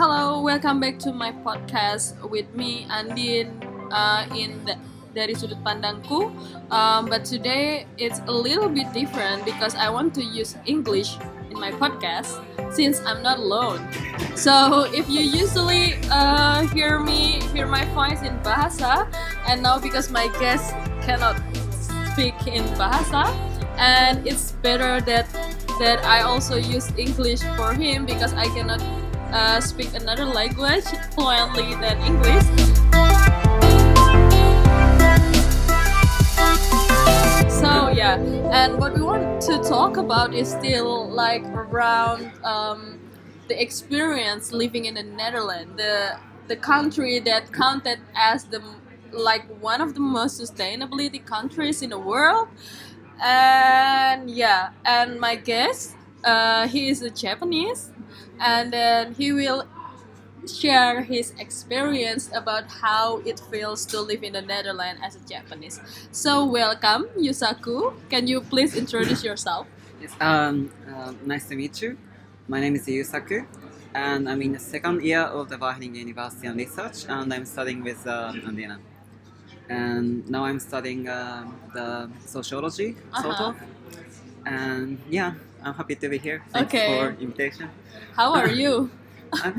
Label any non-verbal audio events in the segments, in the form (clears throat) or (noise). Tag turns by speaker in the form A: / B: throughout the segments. A: welcome back to my podcast with me Andin uh, in the, dari sudut pandangku. Um, but today it's a little bit different because I want to use English in my podcast since I'm not alone. So if you usually uh, hear me hear my voice in Bahasa, and now because my guest cannot speak in Bahasa, and it's better that that I also use English for him because I cannot uh, speak another language fluently than English. So yeah, and what we want to talk about is still like around um, the experience living in the Netherlands, the the country that counted as the like one of the most sustainability countries in the world. And yeah, and my guest, uh, he is a Japanese, and then he will share his experience about how it feels to live in the Netherlands as a Japanese. So welcome, Yusaku. Can you please introduce yourself?
B: Yes, um, uh, nice to meet you. My name is Yusaku, and I'm in the second year of the Wageningen University and Research, and I'm studying with uh, Andina. And now I'm studying uh, the sociology, sort
A: Uh-huh.
B: of. And yeah, I'm happy to be here. Thanks
A: Okay.
B: for
A: (laughs)
B: invitation.
A: How are you?
B: I'm,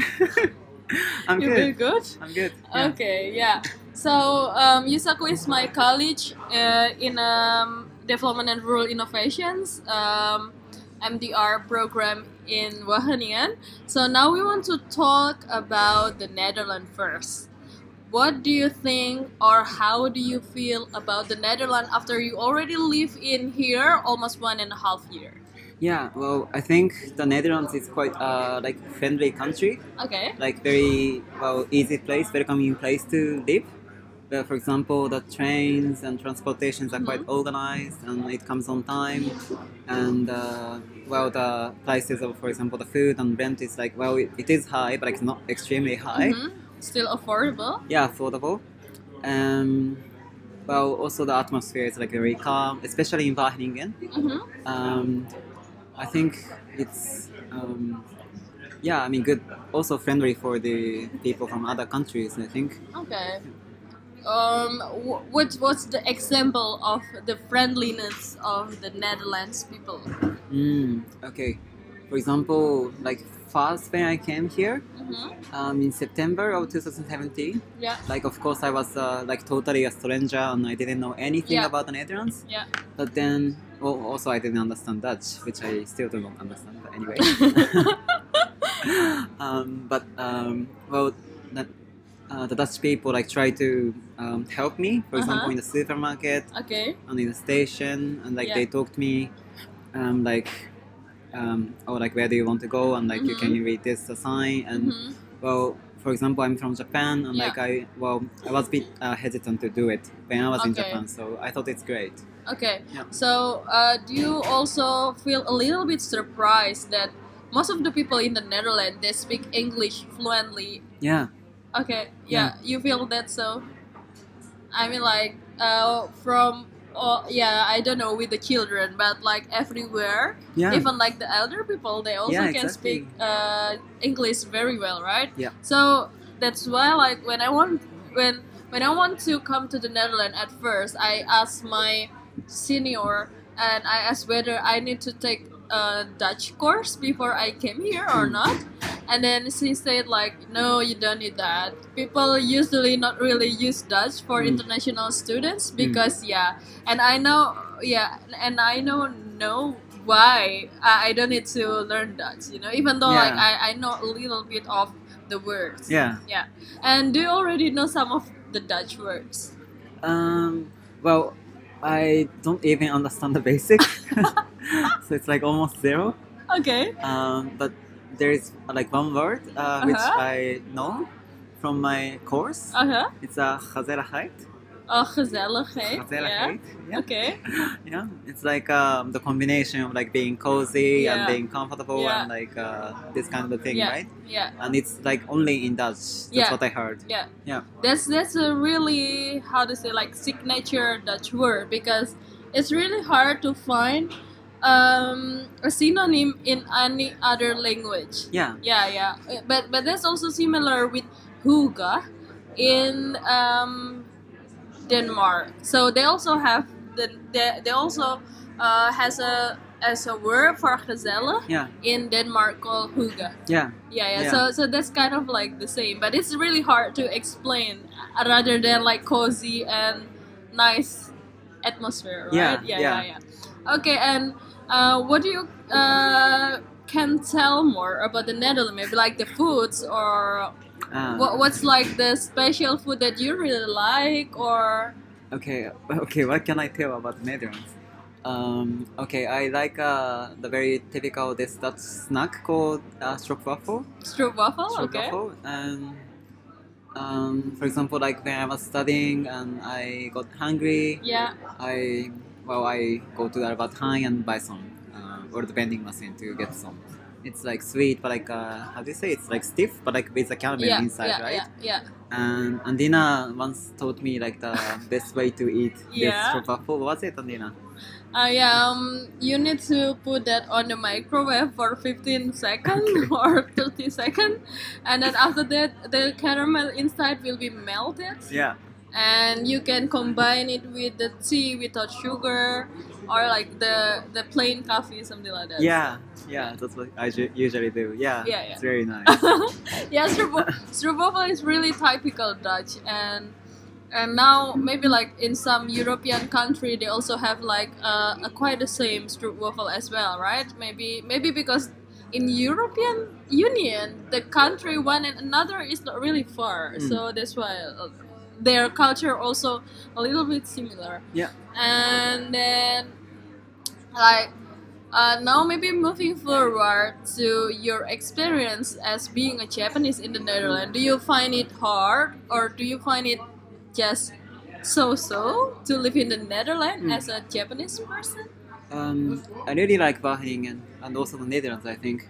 B: (laughs) I'm
A: you feel
B: good.
A: good?
B: I'm good. Yeah.
A: Okay, yeah. So um, Yusaku is my college uh, in um, development and rural innovations um, MDR program in Wageningen. So now we want to talk about the Netherlands first. What do you think, or how do you feel about the Netherlands after you already live in here almost one and a half year?
B: Yeah, well, I think the Netherlands is quite uh, like friendly country,
A: Okay.
B: like very well easy place, welcoming place to live. But for example, the trains and transportations are quite organized, and it comes on time. And uh, well, the prices of, for example, the food and rent is like well, it, it is high, but it's not extremely high.
A: Mhm. Still affordable.
B: Yeah, affordable. Um, well, also the atmosphere is like very calm, especially in Wageningen
A: hmm
B: um, I think it's um, yeah, I mean, good, also friendly for the people from other countries. I think
A: Okay. Um, wh- what what's the example of the friendliness of the Netherlands people?
B: mm, okay. For example, like first when I came here
A: Mm-hmm.
B: um, in September of 2017,
A: Yeah. (laughs)
B: like of course I was uh, like totally a stranger and I didn't know anything
A: Yeah.
B: about the Netherlands.
A: Yeah.
B: But then, well, also I didn't understand Dutch, which I still don't understand. But anyway. um, but um, well, the, uh, the Dutch people like try to um, help me. For example,
A: Uh-huh.
B: in the supermarket
A: okay.
B: and in the station, and like
A: Yeah.
B: they talk to me, um, like, um, oh, like where do you want to go? And like, you
A: Mm-hmm.
B: can you read this sign? And
A: hmm
B: well, for example, I'm from Japan, and
A: Yeah.
B: like I well, I was a bit uh, hesitant to do it when I was in
A: Okay.
B: Japan, so I thought it's great.
A: Okay.
B: Yeah.
A: So, uh, do you also feel a little bit surprised that most of the people in the Netherlands they speak English fluently?
B: Yeah.
A: Okay. Yeah. You feel that so? I mean, like, uh, from. Oh yeah, I don't know with the children, but like everywhere,
B: Yeah.
A: even like the elder people they also
B: Yeah,
A: can
B: exactly.
A: speak uh, english very well right
B: Yeah.
A: so that's why like when i want when when i want to come to the netherlands at first i asked my senior and i asked whether i need to take a dutch course before i came here or
B: Mm.
A: not and then she said like no you don't need that people usually not really use dutch for
B: Mm.
A: international students because yeah and i know yeah and i know no why i, I don't need to learn dutch you know even though like I, I
B: Yeah.
A: know a little bit of the words
B: Yeah.
A: and do you already know some of the dutch words
B: Um, well, I don't even understand the
A: (laughs)
B: basic, so it's like almost zero.
A: okay
B: Um, but there is uh, like one word uh, which
A: Uh-huh.
B: I know from my course.
A: uh-huh
B: It's uh, a gezelligheid.
A: oh gezelligheid yeah
B: Gezelligheid. Yeah.
A: okay
B: yeah. It's like um, the combination of like being cozy
A: Yeah.
B: and being comfortable
A: Yeah.
B: and like uh, this kind of thing,
A: Yeah.
B: right?
A: yeah
B: And it's like only in Dutch. That's
A: Yeah.
B: what I heard.
A: yeah
B: Yeah.
A: that's that's a really how to say like signature dutch word because it's really hard to find um, a synonym in any other language.
B: Yeah.
A: Yeah, yeah. Uh, But but that's also similar with huga in um, Denmark. So they also have the they, they also uh, has a as a word for gazelle
B: Yeah.
A: in Denmark called huga.
B: Yeah.
A: Yeah, yeah,
B: Yeah.
A: So so that's kind of like the same, but it's really hard to explain uh, rather than like cozy and nice atmosphere,
B: Yeah,
A: right? yeah, yeah. yeah. Okay, and uh, what do you uh, can tell more about the Netherlands? Maybe like the foods or
B: Uh,
A: what, what's like the special food that you really like or
B: Okay, (laughs) okay. What can I tell about Netherlands? Um, okay, I like uh, the very typical this Dutch snack called uh, stroopwafel.
A: stroopwafel? Oh, Okay.
B: Stroopwafel, And um, for example, like when I was studying and I got hungry,
A: Yeah,
B: I well, I go to the Albert Heijn and buy some uh, or the vending machine to get some. It's like sweet, but like uh, how do you say? It's like stiff, but like with a caramel
A: yeah,
B: inside,
A: yeah,
B: right?
A: yeah, yeah.
B: And Andina once taught me like the best way to
A: (laughs)
B: eat
A: Yeah.
B: this truffle. Was it Andina?
A: Uh, yeah, um, you need to put that on the microwave for 15 seconds (laughs) or 30 seconds, and then after that, the caramel inside will be melted,
B: Yeah.
A: and you can combine it with the tea without sugar or like the the plain coffee, something like that.
B: Yeah. Yeah. That's what I ju- usually do. Yeah.
A: Yeah, yeah.
B: It's very nice.
A: (laughs) yeah, Stroopwafel is really typical Dutch, and and now maybe like in some European country they also have like uh, a quite the same Stroopwafel as well, right? Maybe maybe because in European Union the country one and another is not really far,
B: Mm.
A: so that's why uh, their culture also a little bit similar.
B: Yeah.
A: and then like uh, now maybe moving forward to your experience as being a Japanese in the Netherlands, do you find it hard or do you find it just so-so to live in the Netherlands
B: Mm.
A: as a Japanese person?
B: (clears throat) Um, I really like Bahrain and, and also the Netherlands. I think.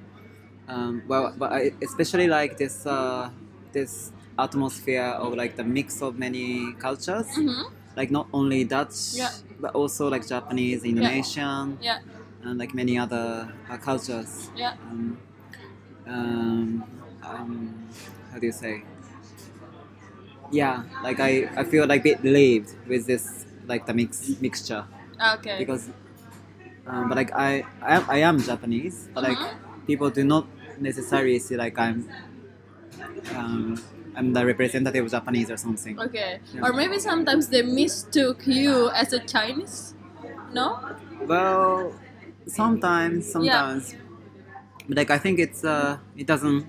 B: Um, well, but I especially like this uh, this atmosphere of like the mix of many cultures,
A: Mm-hmm.
B: like not only Dutch,
A: Yeah.
B: but also like Japanese, Indonesian,
A: Yeah.
B: and like many other uh, cultures.
A: Yeah.
B: um, um, um, how do you say? Yeah, like I, I feel like bit relieved with this like the mix mixture
A: Okay.
B: because, um, but like I, I am, I am Japanese, but like
A: Uh-huh.
B: people do not necessarily see like I'm, um, I'm the representative of Japanese or something.
A: Okay.
B: Yeah.
A: Or maybe sometimes they mistook you as a Chinese. No?
B: Well, sometimes, sometimes, but like I think it's uh, it doesn't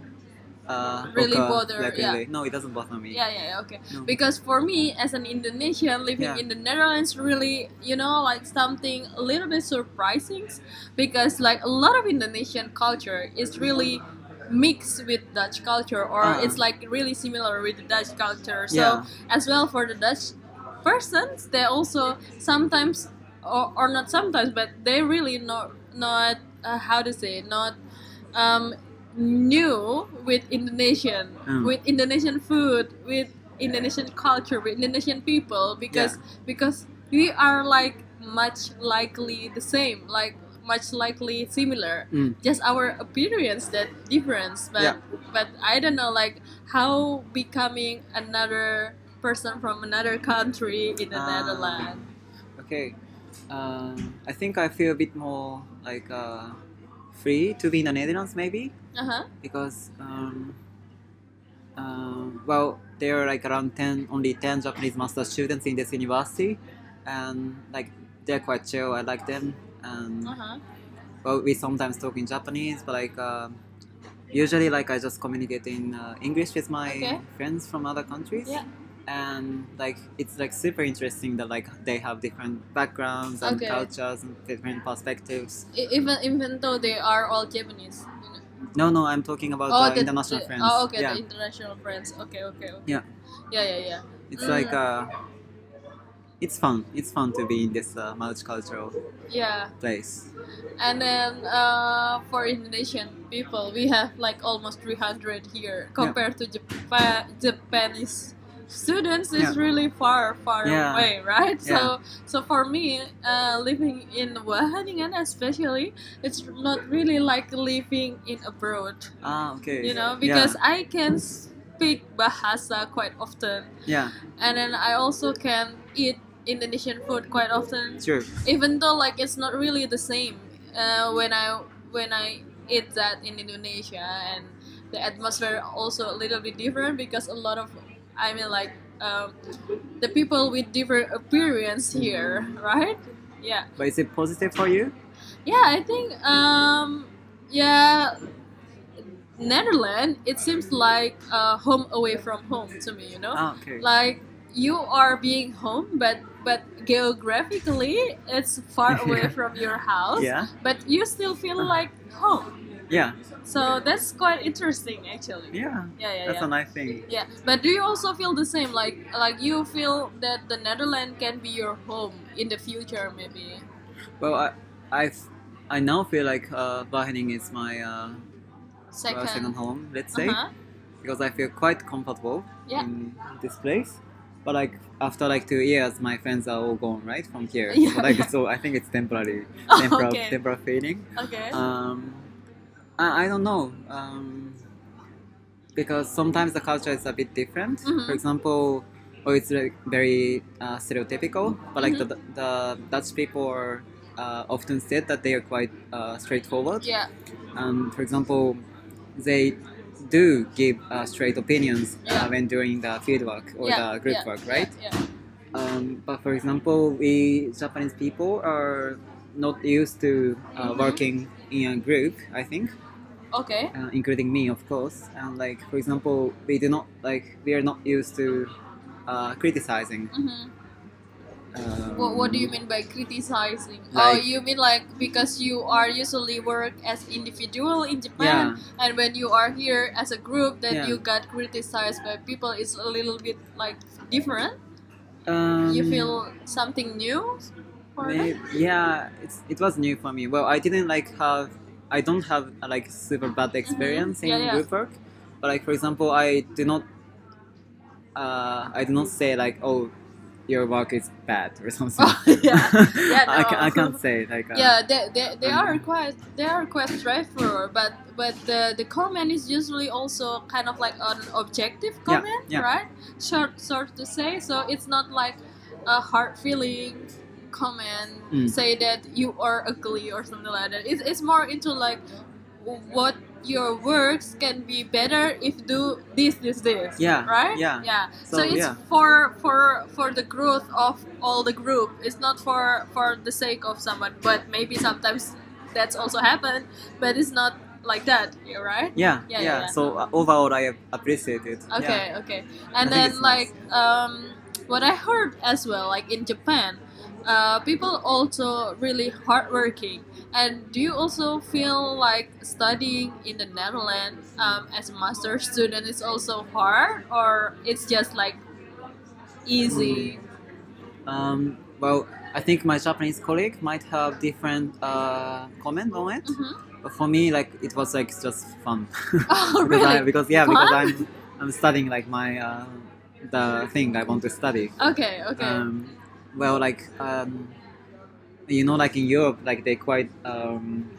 B: uh
A: Really
B: occur,
A: bother,
B: like,
A: yeah.
B: really. No, it doesn't bother me.
A: Yeah, yeah, yeah, okay.
B: No.
A: Because for me, as an Indonesian living
B: Yeah.
A: in the Netherlands, really, you know, like something a little bit surprising, because like a lot of Indonesian culture is really mixed with Dutch culture, or
B: Ah.
A: it's like really similar with the Dutch culture. So
B: Yeah.
A: as well for the Dutch persons, they also sometimes, or, or not sometimes, but they really not not uh, how to say not um, new with Indonesian,
B: Mm.
A: with Indonesian food, with Indonesian culture, with Indonesian people, because because we are like much likely the same, like much likely similar.
B: Mm.
A: Just our appearance that difference, but
B: Yeah.
A: but I don't know like how becoming another person from another country in the
B: Ah.
A: Netherlands.
B: Okay. Um, I think I feel a bit more like uh, free to be in the Netherlands, maybe
A: Uh huh.
B: because um, um, well, there are like around ten, only ten Japanese master students in this university, and like they're quite chill. I like them, and
A: Uh huh.
B: well, we sometimes talk in Japanese, but like. um Usually, like I just communicate in uh, English with my
A: Okay.
B: friends from other countries,
A: Yeah.
B: and like it's like super interesting that like they have different backgrounds and
A: Okay.
B: cultures and different perspectives.
A: E- Even even though they are all Japanese. You know.
B: No, no, I'm talking about uh,
A: Oh,
B: international
A: the-
B: friends.
A: Oh, okay,
B: yeah,
A: the international friends. Okay, okay, okay.
B: Yeah.
A: Yeah, yeah, yeah.
B: it's
A: Mm.
B: like uh, it's fun. It's fun to be in this uh, multicultural
A: Yeah.
B: place.
A: And then uh, for Indonesian people, we have like almost 300 here compared to Japan, Japanese students is
B: Yeah.
A: really far far
B: Yeah.
A: away right
B: Yeah.
A: so so for me uh, living in Wageningen especially it's not really like living in abroad
B: Ah, okay.
A: you know
B: Yeah.
A: because I can speak bahasa quite often
B: Yeah,
A: and then I also can eat Indonesian food quite often
B: true.
A: even though like it's not really the same uh, when I when I eat that in Indonesia and the atmosphere also a little bit different because a lot of I mean like um, the people with different appearance here right yeah
B: But is it positive for you?
A: yeah I think um, yeah Netherlands it seems like uh, home away from home to me you know
B: Ah, okay.
A: like you are being home but but geographically it's
B: (laughs)
A: far away from your house
B: yeah,
A: but you still feel like home
B: yeah,
A: so that's quite interesting actually
B: yeah.
A: yeah yeah
B: That's
A: yeah.
B: a nice thing.
A: yeah but do you also feel the same like like you feel that the netherlands can be your home in the future maybe
B: Well, I, I, I now feel like uh, Wageningen is my uh,
A: second,
B: uh, second home, let's say,
A: uh-huh.
B: because I feel quite comfortable
A: Yeah.
B: in this place. But like after like two years, my friends are all gone, right, from
A: (laughs)
B: here.
A: Yeah,
B: but like
A: yeah.
B: so, I think it's temporary,
A: (laughs) Oh,
B: temporal,
A: okay
B: temporal feeling.
A: okay
B: um, I, I don't know um, because sometimes the culture is a bit different.
A: Mhm.
B: For example, or it's like very uh, stereotypical,
A: Mm-hmm.
B: but like the, the Dutch people are uh, often said that they are quite uh, straightforward.
A: yeah
B: Um, for example, they do give uh, straight opinions
A: Yeah.
B: uh, when doing the fieldwork or
A: yeah
B: the group
A: yeah,
B: work, right?
A: yeah, yeah.
B: Um, but for example, we Japanese people are not used to uh,
A: Mhm.
B: working in a group. I think,
A: okay
B: uh, including me, of course. And like for example, we do not like we are not used to uh, criticizing.
A: hmm
B: Um,
A: What, what do you mean by criticizing? oh,
B: Like-
A: you mean like because you are usually work as individual in Japan,
B: Yeah,
A: and when you are here as a group, then
B: Yeah.
A: you got criticized by people. It's a little bit like different.
B: um,
A: you feel something new. For (laughs)
B: may-
A: that?
B: yeah, it's, it was new for me. Well, I didn't like have I don't have uh, like super bad experience
A: Mm-hmm. Yeah,
B: in
A: yeah.
B: group work, but like for example, I do not uh, I do not say like oh your work is bad or (laughs) something.
A: Oh, (laughs) yeah. Yeah,
B: I, ca- I
A: no.
B: can't say like uh,
A: Yeah, they, they, they
B: um,
A: are quite they are quite straightforward, but but the, the comment is usually also kind of like an objective
B: Yeah,
A: comment,
B: yeah.
A: right? Short sort to say, so it's not like a hard feeling comment
B: Mm.
A: say that you are ugly or something like that. It's, it's more into like what your works can be better if do this this this.
B: Yeah,
A: Right.
B: yeah.
A: Yeah. So,
B: So,
A: it's
B: yeah.
A: for for for the growth of all the group. It's not for for the sake of someone, but maybe sometimes that's also happened. But it's not like that, yeah, right?
B: Yeah, yeah.
A: Yeah, yeah, yeah.
B: So uh, overall, I ap- appreciate it.
A: Okay, okay. And
B: I think
A: then
B: it's
A: like
B: nice.
A: um, what I heard as well, like in Japan, uh, people also really hardworking. And do you also feel like studying in the Netherlands um, as a master student is also hard, or it's just like
B: Mm.
A: easy?
B: Yeah. Um, well, I think my Japanese colleague might have different uh, comment on it.
A: Mhm.
B: But for me, like it was like just fun. (laughs)
A: (laughs) Oh,
B: because, I,
A: really?
B: because yeah,
A: Fun?
B: because I'm I'm studying like my uh, the thing I want to study.
A: Okay, okay.
B: Um, well, like um, you know, like in Europe, like they quite um,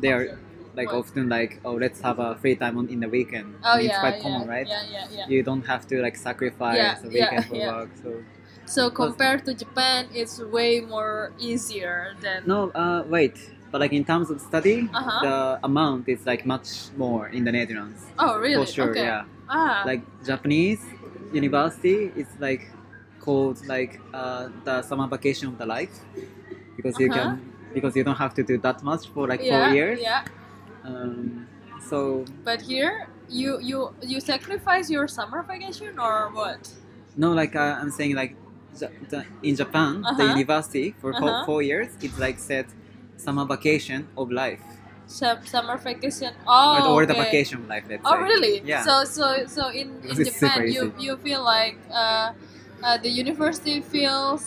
B: they are like
A: What?
B: often like oh let's have a free time on in the weekend.
A: oh,
B: And it's
A: yeah,
B: quite
A: yeah,
B: common, right?
A: Yeah, yeah, yeah.
B: you don't have to like sacrifice
A: Yeah,
B: the
A: yeah,
B: weekend for
A: yeah.
B: work. So
A: So compared to Japan, it's way more easier than.
B: no, uh, wait, but like in terms of study,
A: Uh-huh.
B: the amount is like much more in the Netherlands
A: oh, really?
B: for sure.
A: okay.
B: Yeah,
A: Ah.
B: like Japanese university is like called like uh, the summer vacation of the life because you
A: Uh-huh.
B: can because you don't have to do that much for like
A: yeah,
B: four years.
A: Yeah,
B: Um, so
A: but here you you you sacrifice your summer vacation or what?
B: no, like uh, I'm saying like. Ja- the- In Japan, the
A: Uh-huh.
B: university for fo-
A: Uh-huh.
B: four years, it's like said summer vacation of life.
A: Sum- summer vacation.
B: or
A: Oh,
B: the, or
A: okay.
B: the vacation life, let's
A: Oh,
B: say.
A: really?
B: Yeah.
A: So so so
B: (laughs)
A: in,
B: Because
A: in
B: it's super
A: Japan, you
B: easy.
A: you feel like uh, uh, the university feels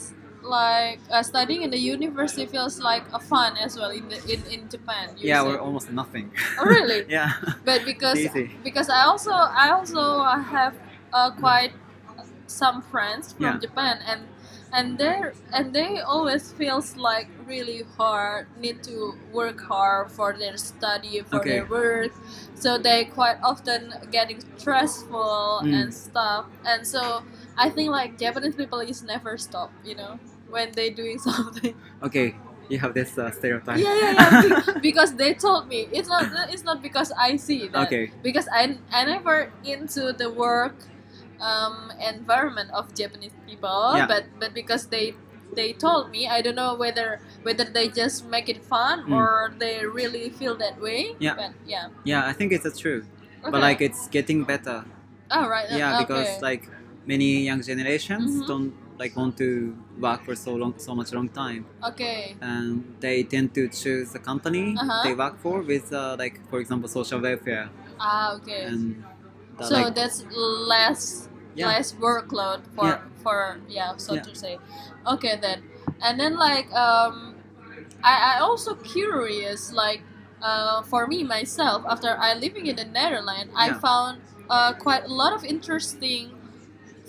A: like uh, studying in the university feels like a fun as well in the in, in Japan. You
B: yeah,
A: said.
B: we're almost nothing. (laughs)
A: oh, really?
B: yeah,
A: but because
B: (laughs) easy.
A: because I also I also have uh, quite some friends from
B: Yeah.
A: Japan and and they are and they always feels like really hard need to work hard for their study for
B: Okay.
A: their work so they quite often getting stressful
B: Mm.
A: and stuff and so I think like Japanese people is never stop you know when they doing (laughs) something
B: Okay, you have this uh, stereotype.
A: yeah yeah yeah
B: (laughs)
A: be- because they told me it's not it's not because I see that
B: okay.
A: because I, I never into the work um, environment of Japanese people,
B: Yeah.
A: but but because they they told me, I don't know whether whether they just make it fun
B: Mm.
A: or they really feel that way.
B: Yeah.
A: But yeah.
B: Yeah, I think it's uh, true.
A: Okay.
B: But like it's getting better.
A: oh right. uh,
B: yeah, because
A: okay.
B: like many young generations
A: Mhm.
B: don't like want to work for so long, so much long time,
A: okay.
B: and they tend to choose the company
A: Uh-huh.
B: they work for with uh, like for example social welfare
A: Ah okay.
B: and the,
A: so
B: like
A: that's less
B: Yeah.
A: less workload for
B: Yeah.
A: for yeah so
B: Yeah.
A: to say okay then and then like um i i also curious like uh, for me myself after i living in the netherlands i
B: Yeah.
A: found uh, quite a lot of interesting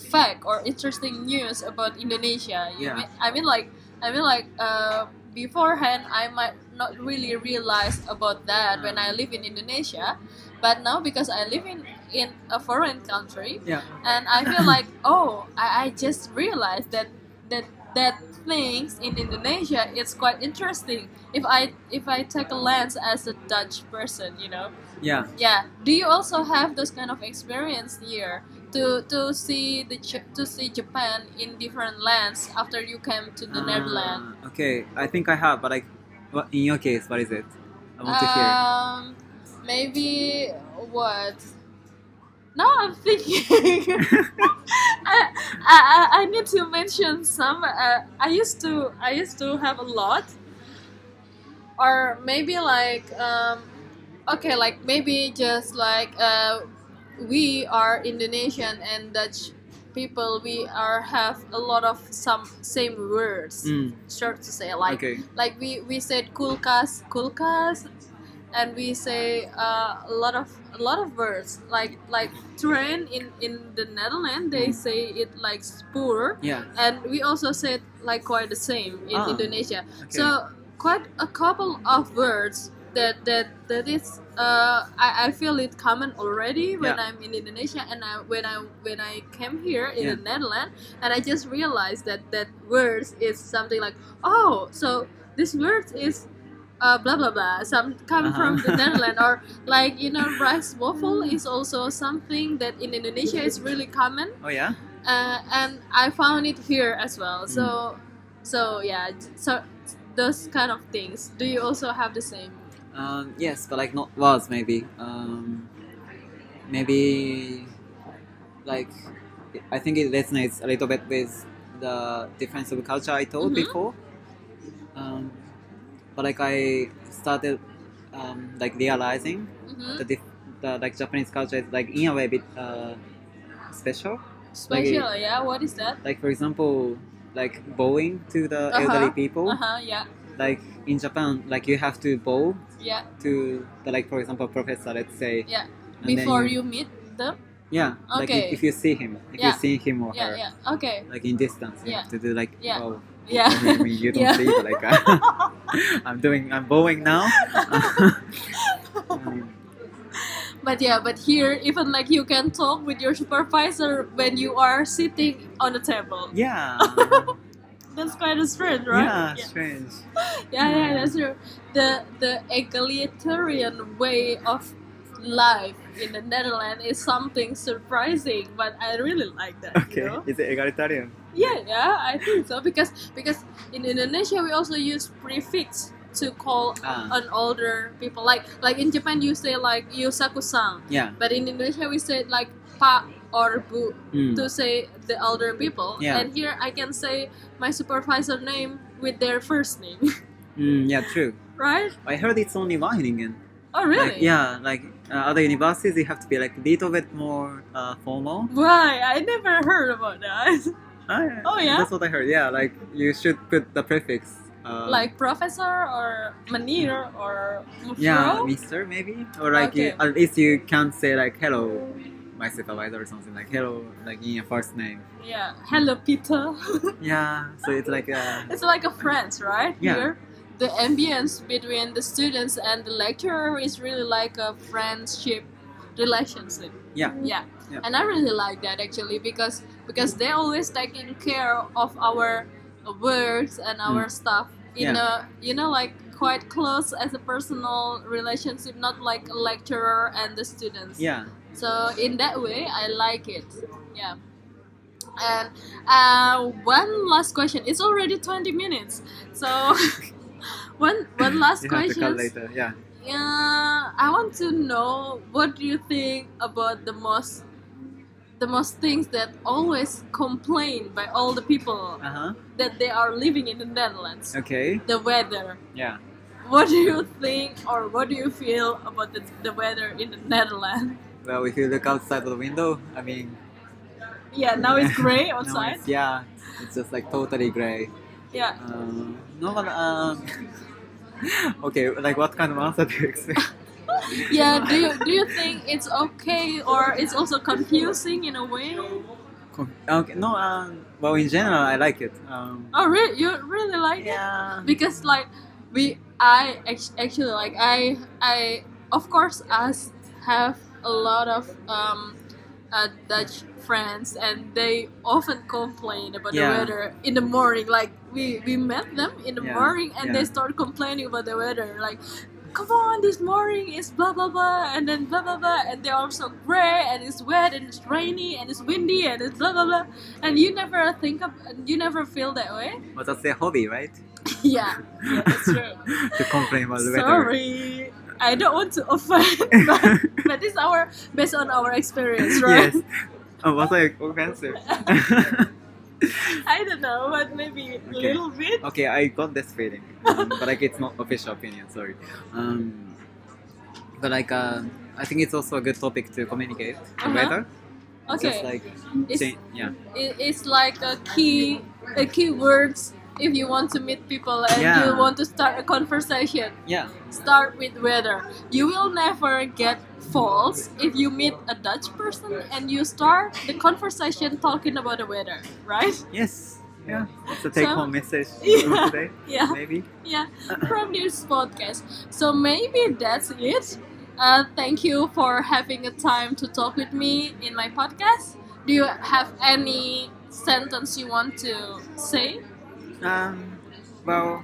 A: fact or interesting news about indonesia you
B: Yeah.
A: mean, i mean like i mean like uh, beforehand i might not really realize about that when
B: Uh-huh.
A: i live in indonesia but now because i live in in a foreign country
B: Yeah.
A: and i
B: (coughs)
A: feel like oh I, I just realized that that that things in indonesia it's quite interesting if i if i take a lens as a dutch person you know
B: yeah
A: yeah do you also have those kind of experience here to to see the Ch- to see japan in different lands after you came to the
B: Ah,
A: netherlands
B: okay, I think I have, but like, what in your case, what is it? I want to hear.
A: um maybe what now i'm thinking (laughs) I, I, I need to mention some. Uh, I used to I used to have a lot, or maybe like um, okay, like maybe just like uh, we are Indonesian and Dutch people. We are have a lot of some same words. (laughs)
B: (laughs) Mm,
A: Short to say, like
B: okay.
A: like we we said kulkas kulkas, and we say uh, a lot of a lot of words like like train in in the Netherlands they say it like spoor,
B: Yeah.
A: and we also said like quite the same in
B: Ah,
A: Indonesia.
B: Okay.
A: So quite a couple of words that that that is uh, I, I feel it common already when
B: Yeah.
A: I'm in Indonesia and I when I when I came here in
B: Yeah.
A: the Netherlands and I just realized that that words is something like oh so this word is uh, blah blah blah some come
B: Uh-huh.
A: from the Netherlands
B: (laughs)
A: or like you know rice waffle is also something that in Indonesia is really common
B: oh yeah.
A: uh, and I found it here as well. So,
B: Mm.
A: so yeah, j- so those kind of things. Do you also have the same?
B: Um, yes, but like not was maybe. Um, maybe like I think it resonates a little bit with the difference of culture I told
A: Mhm.
B: before. Um, but like I started um, like realizing
A: hmm
B: the, dif- the like Japanese culture is like in a way a bit uh, special.
A: Special, yeah. What is that?
B: like for example like bowing to the
A: Uh-huh.
B: elderly
A: Uh
B: people
A: huh. Yeah,
B: like in japan like you have to bow
A: yeah.
B: to the like for example professor let's say
A: Yeah.
B: And then
A: Before you meet them.
B: yeah like
A: Okay.
B: if, if you see him if
A: Yeah.
B: you see him or
A: Yeah,
B: her
A: yeah. Okay.
B: like in distance you
A: Yeah.
B: have to do like
A: Yeah.
B: oh
A: Yeah.
B: I mean, you don't
A: Yeah.
B: see but like uh, (laughs) i'm doing i'm
A: (laughs)
B: bowing now Um,
A: (laughs) But yeah, but here even like you can talk with your supervisor when you are sitting on a table.
B: yeah
A: That's quite a strange, (laughs)
B: yeah
A: right?
B: strange
A: yeah, yeah,
B: Yeah.
A: that's true. The the egalitarian way of life in the Netherlands is something surprising, but I really like that.
B: okay
A: You know?
B: is it egalitarian
A: Yeah, yeah, I think so because because in Indonesia we also use prefix to call
B: ah
A: on older people. Like like in Japan you say like yusaku-san,
B: yeah
A: but in Indonesia we say like pa or bu
B: Mm.
A: to say the older people.
B: Yeah.
A: And here I can say my supervisor name with their first name, (laughs)
B: Mm, yeah true
A: right?
B: i heard it's only one in
A: Oh really?
B: Like, yeah, like uh, other universities, you have to be like a little bit more uh, formal.
A: Why? I never heard about that.
B: I-
A: Oh, yeah?
B: That's what I heard. Yeah, like you should put the prefix. Uh,
A: like professor or manir or mufro?
B: yeah, Mister maybe, or like
A: Okay.
B: you, at least you can't say like hello. my supervisor or something like hello, like in your first name.
A: Yeah. Hello, Peter.
B: Yeah, so it's like
A: (laughs)
B: uh,
A: it's like a friends, right?
B: Yeah.
A: Here. The ambience between the students and the lecturer is really like a friendship relationship.
B: Yeah.
A: Yeah.
B: Yeah.
A: And I really like that actually because because they always taking care of our words and our
B: Mm.
A: stuff in a you know like quite close as a personal relationship, not like a lecturer and the students.
B: yeah,
A: So in that way, I like it. Yeah. And uh, one last question. It's already twenty minutes. So (laughs) one
B: (laughs)
A: one last
B: you have to
A: question.
B: cut later. Yeah.
A: Yeah, I want to know what do you think about the most the most things that always complained by all the people
B: Uh huh.
A: that they are living in the Netherlands.
B: Okay.
A: The weather.
B: Yeah.
A: What do you think or what do you feel about the, the weather in the Netherlands? (laughs)
B: Well, if you look outside of the window, I mean,
A: Yeah, (laughs) now
B: (laughs)
A: it's gray
B: no,
A: outside.
B: it's- yeah, it's just like totally gray.
A: Yeah.
B: Um, no, but um, (laughs) okay, like what kind of answer do you expect?
A: Yeah, do you, do you think it's okay or it's also confusing in a way? Oh,
B: okay, no, um, well, in general, I like it. Um,
A: Oh, really? You really like it?
B: yeah.
A: Because like we, I act- actually like I I of course us have a lot of um, uh, Dutch friends and they often complain about
B: Yeah.
A: the weather in the morning. Like we we met them in the
B: Yeah,
A: morning and they
B: yeah.
A: start complaining about the weather. Like. Come on, this morning is blah blah blah, and then blah blah blah, and they're also gray, and it's wet, and it's rainy, and it's windy, and it's blah blah blah, and you never think of, you never feel that way.
B: (laughs) But that's their hobby,
A: (laughs)
B: right?
A: yeah, yeah, that's true.
B: to complain about the (laughs) weather.
A: Sorry, I don't want to offend, (laughs) but, but this our based on our experience, right?
B: yes. Oh, was I
A: (laughs)
B: offensive?
A: I don't know, but maybe a
B: Okay.
A: little bit.
B: okay, I got this feeling, um, but like it's not official opinion. Sorry. Um, but like, uh, I think it's also a good topic to communicate the
A: Uh-huh.
B: weather. Just
A: Okay,
B: like,
A: it's
B: change, yeah.
A: it, it's like a key a key words if you want to meet people and
B: Yeah.
A: you want to start a conversation.
B: Yeah.
A: Start with weather. You will never get false if you meet a Dutch person and you start the conversation talking about the weather, right? (laughs)
B: Yes. Yeah. It's a take home message
A: Yeah.
B: from today,
A: Yeah.
B: maybe.
A: yeah
B: Uh-uh.
A: from this podcast so maybe that's it uh, thank you for having a time to talk with me in my podcast do you have any sentence you want to say
B: Um, well,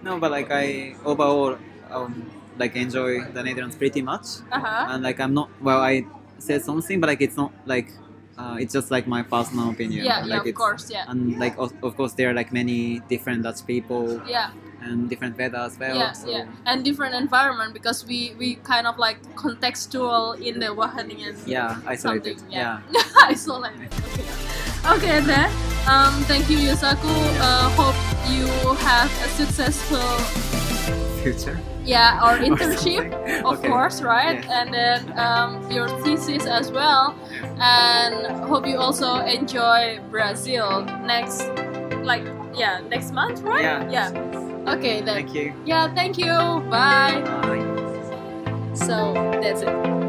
B: no, but like I overall um, like enjoy the Netherlands pretty much,
A: uh-huh
B: and like I'm not well. I said something, but like it's not like uh, it's just like my personal opinion.
A: yeah yeah of
B: like it's,
A: course yeah
B: And like of, of course there are like many different Dutch people
A: yeah
B: and different weather as well.
A: yeah
B: so,
A: yeah and different environment because we we kind of like contextual in the Wageningen (laughs)
B: yeah,
A: Something,
B: isolated.
A: yeah.
B: yeah.
A: I saw like okay. Okay then. Um, thank you, Yusaku. Uh, hope you have a successful
B: (laughs) Future.
A: yeah or
B: (laughs) or
A: internship
B: something.
A: of
B: Okay.
A: course, right?
B: Yeah.
A: And then um, your thesis as well. And hope you also enjoy Brazil next, like, yeah, next month, right?
B: Yeah.
A: Yeah. Okay, then.
B: Thank you.
A: Yeah, thank you. Bye.
B: Bye.
A: So that's it.